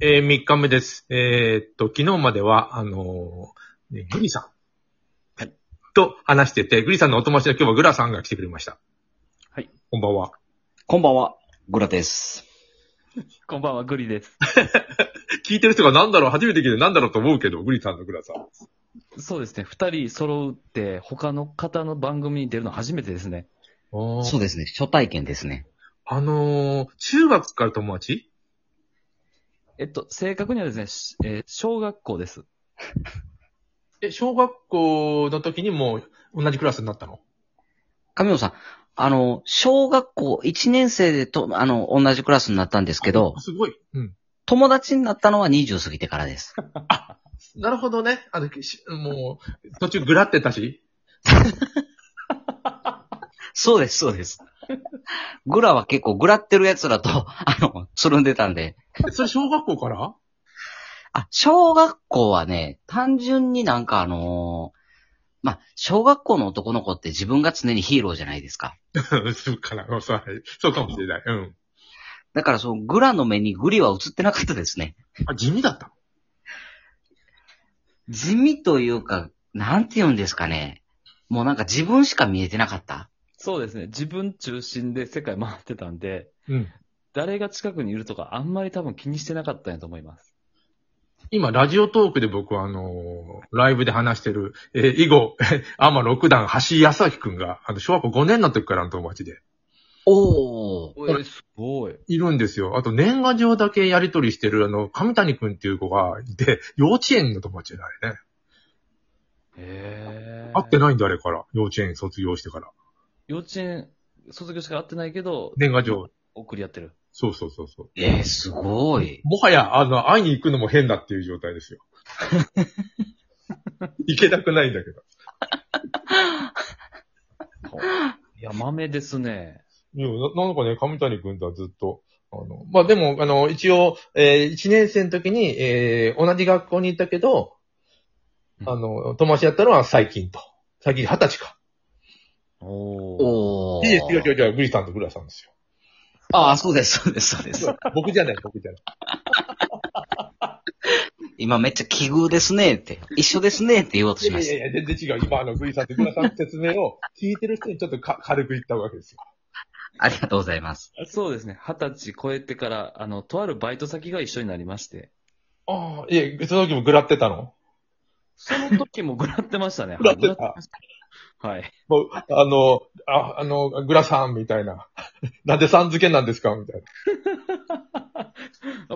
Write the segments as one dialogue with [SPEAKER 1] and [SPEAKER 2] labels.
[SPEAKER 1] えー、3日目です。えーっと、昨日までは、あのーねグリさん。
[SPEAKER 2] はい
[SPEAKER 1] と話してて、グリさんのお友達の今日はグラさんが来てくれました。
[SPEAKER 3] はい。
[SPEAKER 1] こんばんは。
[SPEAKER 2] こんばんは、グラです。
[SPEAKER 3] こんばんは、グリです。
[SPEAKER 1] 聞いてる人が何だろう、初めて聞いて何だろうと思うけど、グリさんとグラさん。
[SPEAKER 3] そうですね、二人揃うって、他の方の番組に出るの初めてですね。
[SPEAKER 2] そうですね、初体験ですね。
[SPEAKER 1] あのー中学から友達
[SPEAKER 3] えっと、正確にはですね、しえー小学校です。
[SPEAKER 1] え、小学校の時にもう同じクラスになったの
[SPEAKER 2] 神野さん、あの、小学校1年生でと、あの、同じクラスになったんですけど
[SPEAKER 1] あ、すごい。うん。
[SPEAKER 2] 友達になったのは20過ぎてからです。
[SPEAKER 1] なるほどね。あの、しもう、途中グラってたし。
[SPEAKER 2] そうです、そうです。グラは結構グラってる奴らと、 あの、つるんでたんで。
[SPEAKER 1] えそれ小学校から
[SPEAKER 2] あ、小学校はね、単純になんかあのまあ、小学校の男の子って自分が常にヒーローじゃないですか。
[SPEAKER 1] うん そうかな。そうそうかもしれない。うん。
[SPEAKER 2] だからそのグラの目にグリは映ってなかったですね。
[SPEAKER 1] あ、地味だった。
[SPEAKER 2] 地味というか、なんて言うんですかね。もうなんか自分しか見えてなかった。
[SPEAKER 3] そうですね、自分中心で世界回ってたんで、
[SPEAKER 1] うん。
[SPEAKER 3] 誰が近くにいるとか、あんまり多分気にしてなかったんやと思います。
[SPEAKER 1] 今、ラジオトークで僕は、あのーライブで話してる、えー以後、 アマ六段、橋康明くんが、あの、小学校5年の時からの友達で、
[SPEAKER 2] おー。
[SPEAKER 1] え
[SPEAKER 3] すごい。
[SPEAKER 1] いるんですよ。あと、年賀状だけやり取りしてる、あの、上谷くんっていう子がいて、幼稚園の友達だよね。
[SPEAKER 3] へー
[SPEAKER 1] 会ってないんだ、あれから。幼稚園卒業してから。
[SPEAKER 3] 幼稚園、卒業しか会ってないけど、
[SPEAKER 1] 年賀状。
[SPEAKER 3] 送り合ってる。
[SPEAKER 1] そうそうそうそう。
[SPEAKER 2] えー、すごい。
[SPEAKER 1] もはや、あの、会いに行くのも変だっていう状態 ですよ。行けなくないんだけど。
[SPEAKER 3] いや、豆ですね。
[SPEAKER 1] いや、ななんかね、上谷くんとはずっと、あの、まあ、でも、あの、一応、えー、1年生の時に、えー、同じ学校に行ったけど、
[SPEAKER 3] うん
[SPEAKER 1] あの、友達やったのは最近と。最近二十歳か。
[SPEAKER 3] おお。
[SPEAKER 2] おー。
[SPEAKER 1] いいですよ、いやいやいやグリさんとグラさん です
[SPEAKER 2] ああ、そうです、そうです、そうです。
[SPEAKER 1] よ。僕じゃない、僕じゃない。
[SPEAKER 2] 今めっちゃ奇遇ですねって、一緒ですねって言おうと
[SPEAKER 1] い
[SPEAKER 2] し
[SPEAKER 1] や
[SPEAKER 2] ま
[SPEAKER 1] いや
[SPEAKER 2] し
[SPEAKER 1] いや、全然違う。今、あの、グリさんとグラさんの説明を聞いてる人にちょっとか 軽く言ったわけですよ。
[SPEAKER 2] た。ありがとうございます。
[SPEAKER 3] そうですね、二十歳超えてから、あの、とあるバイト先が一緒になりまして、
[SPEAKER 1] ああ、いや、その時もグラってたの
[SPEAKER 3] その時もグラって ましたね。
[SPEAKER 1] グラってた
[SPEAKER 3] はいした。はい。
[SPEAKER 1] もう、あの、あ、あの、グラさんみたいな。 なんでさん付けなんですかみたいな。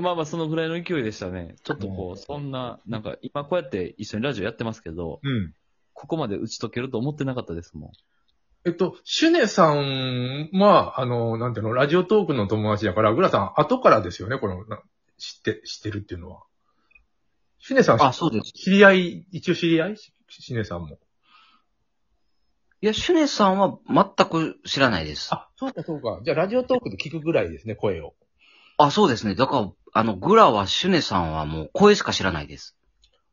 [SPEAKER 3] まあまあ、そのぐらいの勢いでしたね。ちょっとこ
[SPEAKER 1] うん
[SPEAKER 3] う、そんな、なんか、今こうやって一緒にラジオやってますけど、
[SPEAKER 1] うん。
[SPEAKER 3] ここまで打ち解けると思ってなかったですもん。
[SPEAKER 1] えっと、シュネさんは、あの、なんていうの、ラジオトークの友達だから、グラさん、後からですよね、この、な知って、知ってるっていうのは。シュネさんは
[SPEAKER 2] あ、そうです。
[SPEAKER 1] 知り合い、一応知り合いシシュネさんも。
[SPEAKER 2] いや、シュネさんは全く知らないです。
[SPEAKER 1] あ、そうかそうか。じゃあ、ラジオトークで聞くぐらいですね、声を。
[SPEAKER 2] あ、そうですね。だから、あの、グラはシュネさんはもう声しか知らないです。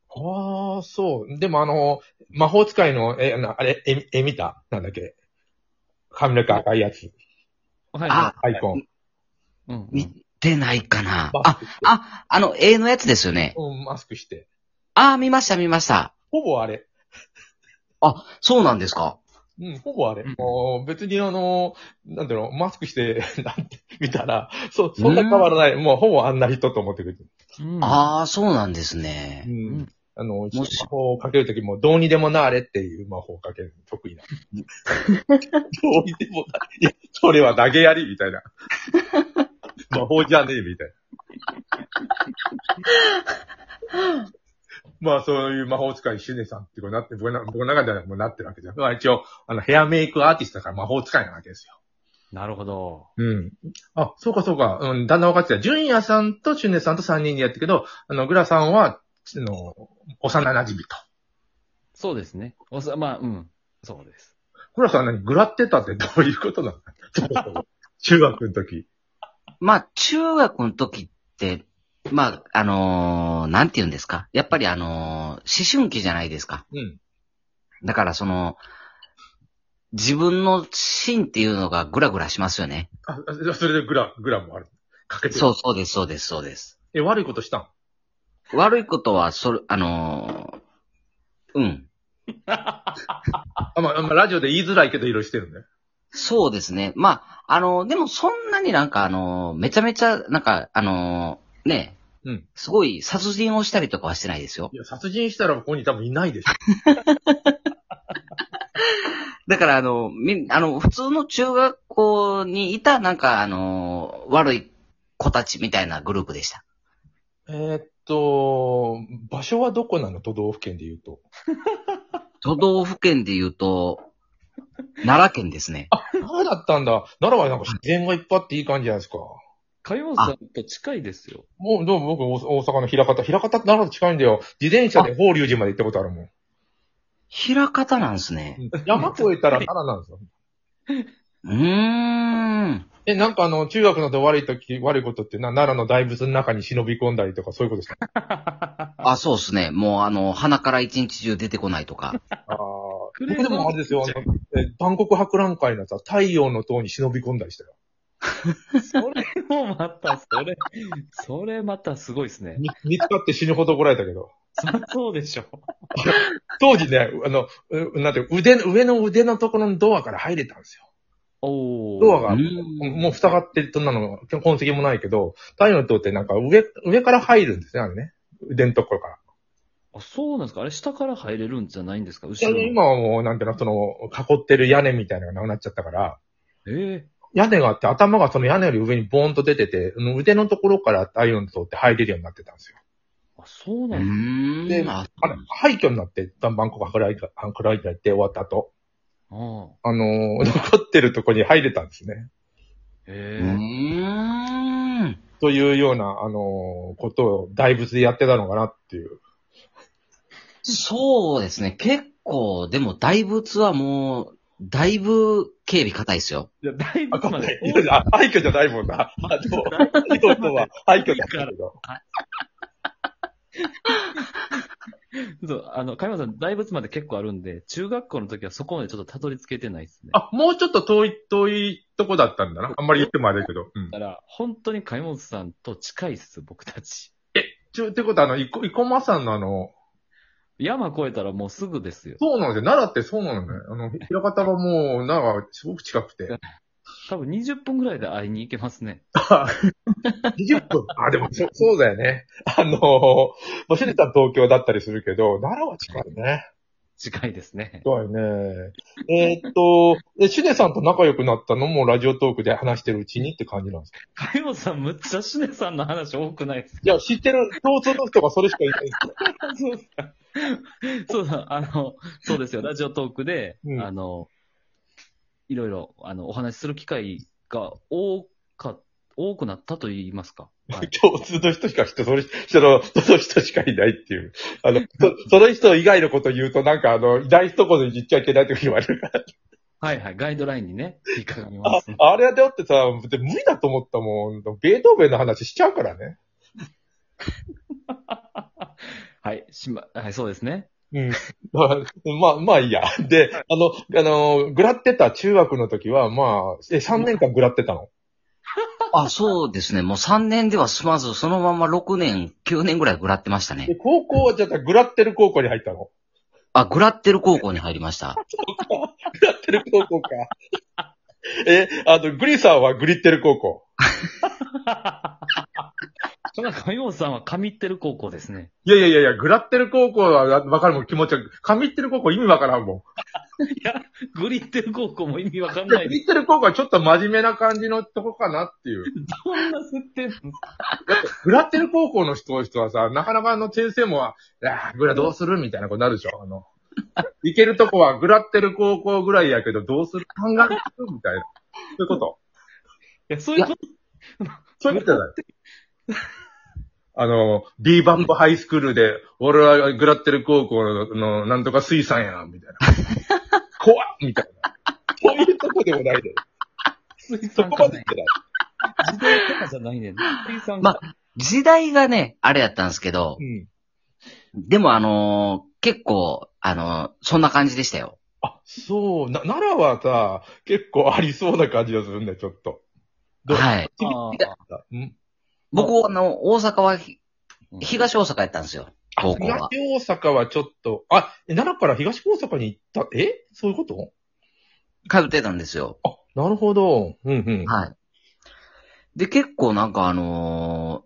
[SPEAKER 1] ああ、そう。でも、あの、魔法使いの、え、あのあれ、え、えみたなんだっけ髪の毛赤いやつ。
[SPEAKER 3] はい。
[SPEAKER 2] あ、
[SPEAKER 1] アイコン。
[SPEAKER 3] うん、う
[SPEAKER 2] 似
[SPEAKER 3] ん。
[SPEAKER 2] てないかな。
[SPEAKER 1] マス
[SPEAKER 2] あ、
[SPEAKER 1] クして。
[SPEAKER 2] あ、あの、A のやつですよね。
[SPEAKER 1] うん、マスクして。
[SPEAKER 2] あー、見ました、見ました。
[SPEAKER 1] ほぼあれ。
[SPEAKER 2] そうなんですか。
[SPEAKER 1] うん、ほぼあれ。
[SPEAKER 3] うん
[SPEAKER 1] もう、別にあの、なんていうの、マスクして、 なんて、見たら、そ、そんな変わらない。もう、ほぼあんな人と思ってくれてる。
[SPEAKER 3] うん
[SPEAKER 2] ああ、そうなんですね。
[SPEAKER 3] ん
[SPEAKER 1] あの、
[SPEAKER 2] し
[SPEAKER 1] 魔法をかけるときも、どうにでもなあれっていう魔法をかけるの得 意な。どうにでもなれ。いや、それは投げやりみたいな。魔法じゃねえみたい な。まあ、そういう魔法使い、シュネさんってこうなって、僕の僕の中ではもうなってるわけじゃん。まあ一応、あの、ヘアメイクアーティストだから魔法使いなわけですよ。
[SPEAKER 3] なるほど。
[SPEAKER 1] うん。あ、そうかそうか。うん、だんだん分かってきた。純也さんとシュネさんと3人でやってるけど、あの、グラさんは、あの、幼馴染と。
[SPEAKER 3] そうですね。おさまあ、うん。そうです。
[SPEAKER 1] グラさんは何グラってたってどういうことなの 中学の時。
[SPEAKER 2] まあ、中学の時って、まあ、あのーなんて言うんですか。やっぱりあのー思春期じゃないですか。
[SPEAKER 1] うん。
[SPEAKER 2] だからその、自分の芯っていうのがグラグラしますよね。
[SPEAKER 1] あ、あそれでグラ、グラもある。かけてる
[SPEAKER 2] そうそうです、そうです、そうです。
[SPEAKER 1] え、悪いことしたん
[SPEAKER 2] 悪いことは、それ、あのーうん。
[SPEAKER 1] あ、まあ、まあ、ラジオで言いづらいけどいろいろしてるんだよ。
[SPEAKER 2] そうですね。まあ、あのーでもそんなになんかあのーめちゃめちゃ、なんか、あのーね、
[SPEAKER 1] うん
[SPEAKER 2] すごい殺人をしたりとかはしてないですよ
[SPEAKER 1] い。や、殺人したらここに多分いないでしょ。
[SPEAKER 2] だからあの、み、あの、普通の中学校にいた、なんかあのー悪い子たちみたいなグループでした。
[SPEAKER 1] えーっと、場所はどこなの都道府県で言う と。
[SPEAKER 2] 都道府県で言うと、奈良県ですね。
[SPEAKER 1] 奈良だったんだ。奈良はなんか自然がいっぱいあっていい感じじゃないですか。
[SPEAKER 3] かようさんと近いですよ。
[SPEAKER 1] もう、どうも僕、お大阪の平方。平方って奈良と近いんだよ。自転車で法隆寺まで行ったことあるもん。
[SPEAKER 2] 平方なんですね。
[SPEAKER 1] 山越えたら奈良なんですよ。
[SPEAKER 2] うーん。
[SPEAKER 1] え、なんかあの、中学のと悪い時、悪いことってな、奈良の大仏の中に忍び込んだりとか、そういうことした。
[SPEAKER 2] あ、そうですね。もうあの、鼻から一日中出てこないとか。
[SPEAKER 1] ああ。
[SPEAKER 3] クレー
[SPEAKER 1] 僕
[SPEAKER 3] ム
[SPEAKER 1] でもあれですよ、あの、え万国博覧会のさ、太陽の塔に忍び込んだりしたよ。
[SPEAKER 3] それもまた、それ、それまたすごいですね。
[SPEAKER 1] み見つかって死ぬほど怒られたけど。
[SPEAKER 3] そりゃそうでしょ。
[SPEAKER 1] 当時ね、あの、うなんていう、腕の、上の腕のところのドアから入れたんですよ。
[SPEAKER 3] おー。
[SPEAKER 1] ドア
[SPEAKER 2] う
[SPEAKER 1] が、
[SPEAKER 2] ーん
[SPEAKER 1] もう塞がってるとなの、痕跡もないけど、太陽の塔ってなんか上、上から入るんですね、あれね。腕のところから。
[SPEAKER 3] あ、そうなんですかあれ下から入れるんじゃないんですか
[SPEAKER 1] ち
[SPEAKER 3] 後
[SPEAKER 1] な
[SPEAKER 3] ろ
[SPEAKER 1] みに
[SPEAKER 3] に。
[SPEAKER 1] 今はもう、なんていうの、その、囲ってる屋根みたいなのがなくなっちゃったから、
[SPEAKER 3] え
[SPEAKER 1] 屋根があって、頭がその屋根より上にボーンと出てて、あの腕のところから太陽の塔って入れるようになってたんですよ。
[SPEAKER 3] ー、あ、そう
[SPEAKER 2] う
[SPEAKER 3] なんですか
[SPEAKER 2] ーん。あ
[SPEAKER 1] あれ、廃墟になって、バンコク博覧会博覧会って終わった後、
[SPEAKER 3] あー
[SPEAKER 1] あのー 残ってるとこに入れたんですね。
[SPEAKER 2] う
[SPEAKER 3] え
[SPEAKER 2] ー
[SPEAKER 3] ー
[SPEAKER 2] ん。
[SPEAKER 1] というような、あのーことを大仏でやってたのかなっていう。
[SPEAKER 2] そうですね。結構、でも大仏はもう、だいぶ警備硬いですよ。
[SPEAKER 3] いや、だいぶ
[SPEAKER 1] あ、ごめん。
[SPEAKER 3] で。
[SPEAKER 1] いやあ廃墟じゃないもんな。あの、太陽とは廃墟だったけど。
[SPEAKER 3] そう、あの、か山さん、大仏まで結構あるんで、中学校の時はそこまでちょっとたどり着けてないですね。
[SPEAKER 1] あ、もうちょっと遠い、遠いとこだったんだな。あんまり言ってもあれだけど。うん
[SPEAKER 3] だ。から、本当にか山さんと近いっす、僕たち。
[SPEAKER 1] ちょ、ってことは、あの、いこ、いこまさんのあの、
[SPEAKER 3] 山越えたらもうすぐですよ。
[SPEAKER 1] そうなんですよ。奈良ってそうなのね。あの、平方はもう、奈良はすごく近くて。
[SPEAKER 3] 多分20分ぐらいで会いに行けますね。
[SPEAKER 1] 20分。 あ、でもそ、そうだよね。あのー、まあ、シュリさん東京だったりするけど、奈良は近いね。
[SPEAKER 3] 近いですね。
[SPEAKER 1] 近いね。えーっと、で、シュネさんと仲良くなったのもラジオトークで話してるうちにって感じなんですか
[SPEAKER 3] か山さん、むっちゃしねさんの話多くないですか
[SPEAKER 1] いや、知ってる共通の人がそれしかいないですよ。
[SPEAKER 3] そうですか。 そうだ、あの、そうですよ、ラジオトークで、
[SPEAKER 1] うん
[SPEAKER 3] あの、いろいろ、あの、お話しする機会が多か、多くなったと言いますか。 はい、
[SPEAKER 1] 共通の人しか知って、それ、その、その人しかいないっていう。あの、そその人以外のこと言うと、なんかあの、いない一言言っちゃいけないって言われる から。
[SPEAKER 3] はい、はい、ガイドラインにね、引っかかります。
[SPEAKER 1] あれだってさ、で無理だと思ったもん。ベートーベンの話しちゃうからね。
[SPEAKER 3] はい、しま、はい、そうですね。
[SPEAKER 1] うん。まあ、まあいいや。で、あの、あの、グラってた中学の時は、まあ、え、3年間グラってたの。
[SPEAKER 2] あ、そうですね。もう3年では済まず、そのまま6年、9年ぐらいグラってましたね
[SPEAKER 1] で、。高校はじゃあ、グラってる高校に入ったの。
[SPEAKER 2] あ、グラってる高校に入りました。
[SPEAKER 1] グラってる高校か。え、あの、グリさんはグリってる高校。
[SPEAKER 3] それから、上本さんは神ってる高校です ね。
[SPEAKER 1] いやいやいやいや、グラってる高校はわかるもん、気持ち悪い。神ってる高校意味わからんも
[SPEAKER 3] いや、グリってる高校も意味わかん
[SPEAKER 1] ん。で
[SPEAKER 3] ない で
[SPEAKER 1] グリってる高校はちょっと真面目な感じのとこかなっていう。
[SPEAKER 3] す。どんな設定なんですか
[SPEAKER 1] グラってる高校の人人はさ、なかなかあの先生も、あーグラどうするみたいなことになるでしょあの、行けるとこはグラってる高校ぐらいやけど、どうする考えるみたいな。そういうこと。
[SPEAKER 3] いや、そういうこと、
[SPEAKER 1] そういうことじゃない。あの、ビーバンプハイスクールで、俺はグラってる高校の、のなんとか水産や、みたいな。 怖っみたいな。そういうとこでもないで。
[SPEAKER 3] 水
[SPEAKER 1] そ
[SPEAKER 3] 産
[SPEAKER 1] こ
[SPEAKER 3] か
[SPEAKER 1] ま
[SPEAKER 3] な
[SPEAKER 1] で
[SPEAKER 3] い
[SPEAKER 1] 行。ってない。
[SPEAKER 3] 時代とかじゃないねん。水産
[SPEAKER 2] ま時代がね、あれやったんですけど
[SPEAKER 1] う、ん。
[SPEAKER 2] でもあのー結構、あのーそんな感じでしたよ。
[SPEAKER 1] あ、そう、な、奈良はさ、結構ありそうな感じがするんだよ、ちょっと。どう
[SPEAKER 2] はい。
[SPEAKER 3] あー
[SPEAKER 1] うん
[SPEAKER 2] 僕、あの、大阪は、ひ
[SPEAKER 3] うん
[SPEAKER 2] 東大阪やったんですよ。高校は
[SPEAKER 1] 東。大阪はちょっと、あ、奈良から東大阪に行った、えそういうこと
[SPEAKER 2] 通ってたんですよ。
[SPEAKER 1] あ、なるほど。うんうん。
[SPEAKER 2] はい。で、結構なんかあのー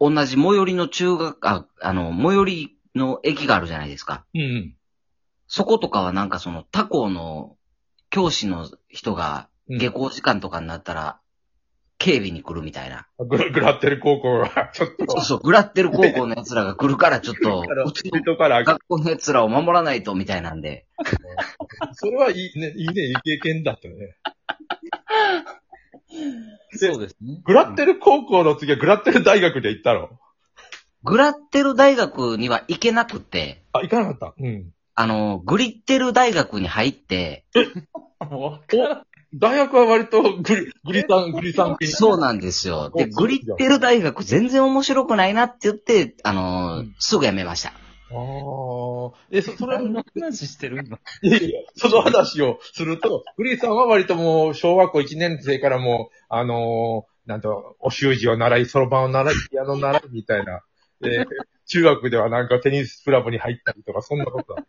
[SPEAKER 2] 同じ最寄りの中学、あ、あの、最寄りの駅があるじゃないですか。
[SPEAKER 1] うんうん。
[SPEAKER 2] そことかはなんかその他校の教師の人が
[SPEAKER 1] うん
[SPEAKER 2] 下校時間とかになったら警備に来るみたいな。
[SPEAKER 1] グラグラってる高校は、ちょっと、
[SPEAKER 2] そうそう、グラってる高校の奴らが来るからちょっと、うちの
[SPEAKER 1] 人から、
[SPEAKER 2] 学校の奴らを守らないとみたいなんで。
[SPEAKER 1] それはいいね、いいね、いい経験だったね。
[SPEAKER 3] そうですね。
[SPEAKER 1] グラッテル高校の次はグラッテル大学で行ったろ。
[SPEAKER 2] グラってる大学には行けなくて、
[SPEAKER 1] あ、行かなかった。うん。
[SPEAKER 2] あの、グリってる大学に入って、
[SPEAKER 3] もう分からん
[SPEAKER 1] 大学は割とグリ、グリさん、グリさん系
[SPEAKER 2] そうなんですよ。で、
[SPEAKER 1] そうそう
[SPEAKER 2] グリってる大学全然面白くないなって言って、あの
[SPEAKER 1] う
[SPEAKER 2] ー
[SPEAKER 1] ん、
[SPEAKER 2] すぐ辞めました。
[SPEAKER 1] ああ。え、そ、それは、
[SPEAKER 3] 何の話してる今。
[SPEAKER 1] いやいやその話をすると、グリーさんは割ともう、小学校1年生からもう、あのーなんと、お習字を習い、そろばんを習い、ピアノを習い、みたいな。えー中学ではなんかテニスクラブに入ったりとか、そんなことだ。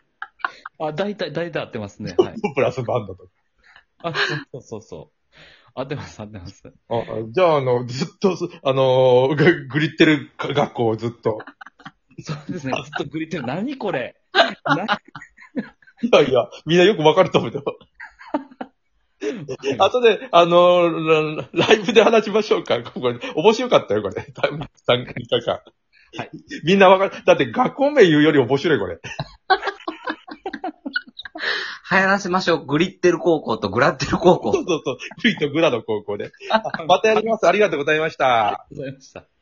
[SPEAKER 3] あ、大体、大体合ってますね。はい。
[SPEAKER 1] プラスバンドとか。
[SPEAKER 3] あ、そうそうそう。合ってます、合ってます。
[SPEAKER 1] ああじゃあ、あの、ずっと、あのーぐグリってる学校をずっと。
[SPEAKER 3] そうですね。ずっとグリってる。何これない
[SPEAKER 1] やいや、みんなよくわかると思うよ。後で、あのーラ、ライブで話しましょうか。これ、面白かったよ、これ。参加したか。
[SPEAKER 3] はい。
[SPEAKER 1] みんなわかる。だって学校名言うより面白い、これ。
[SPEAKER 2] 流行らせましょう。グリってる高校とグラってる高 校
[SPEAKER 1] そう。そうそう。クイとグラの高校で。またやります。ありがとうございました。
[SPEAKER 3] ありがとうございました。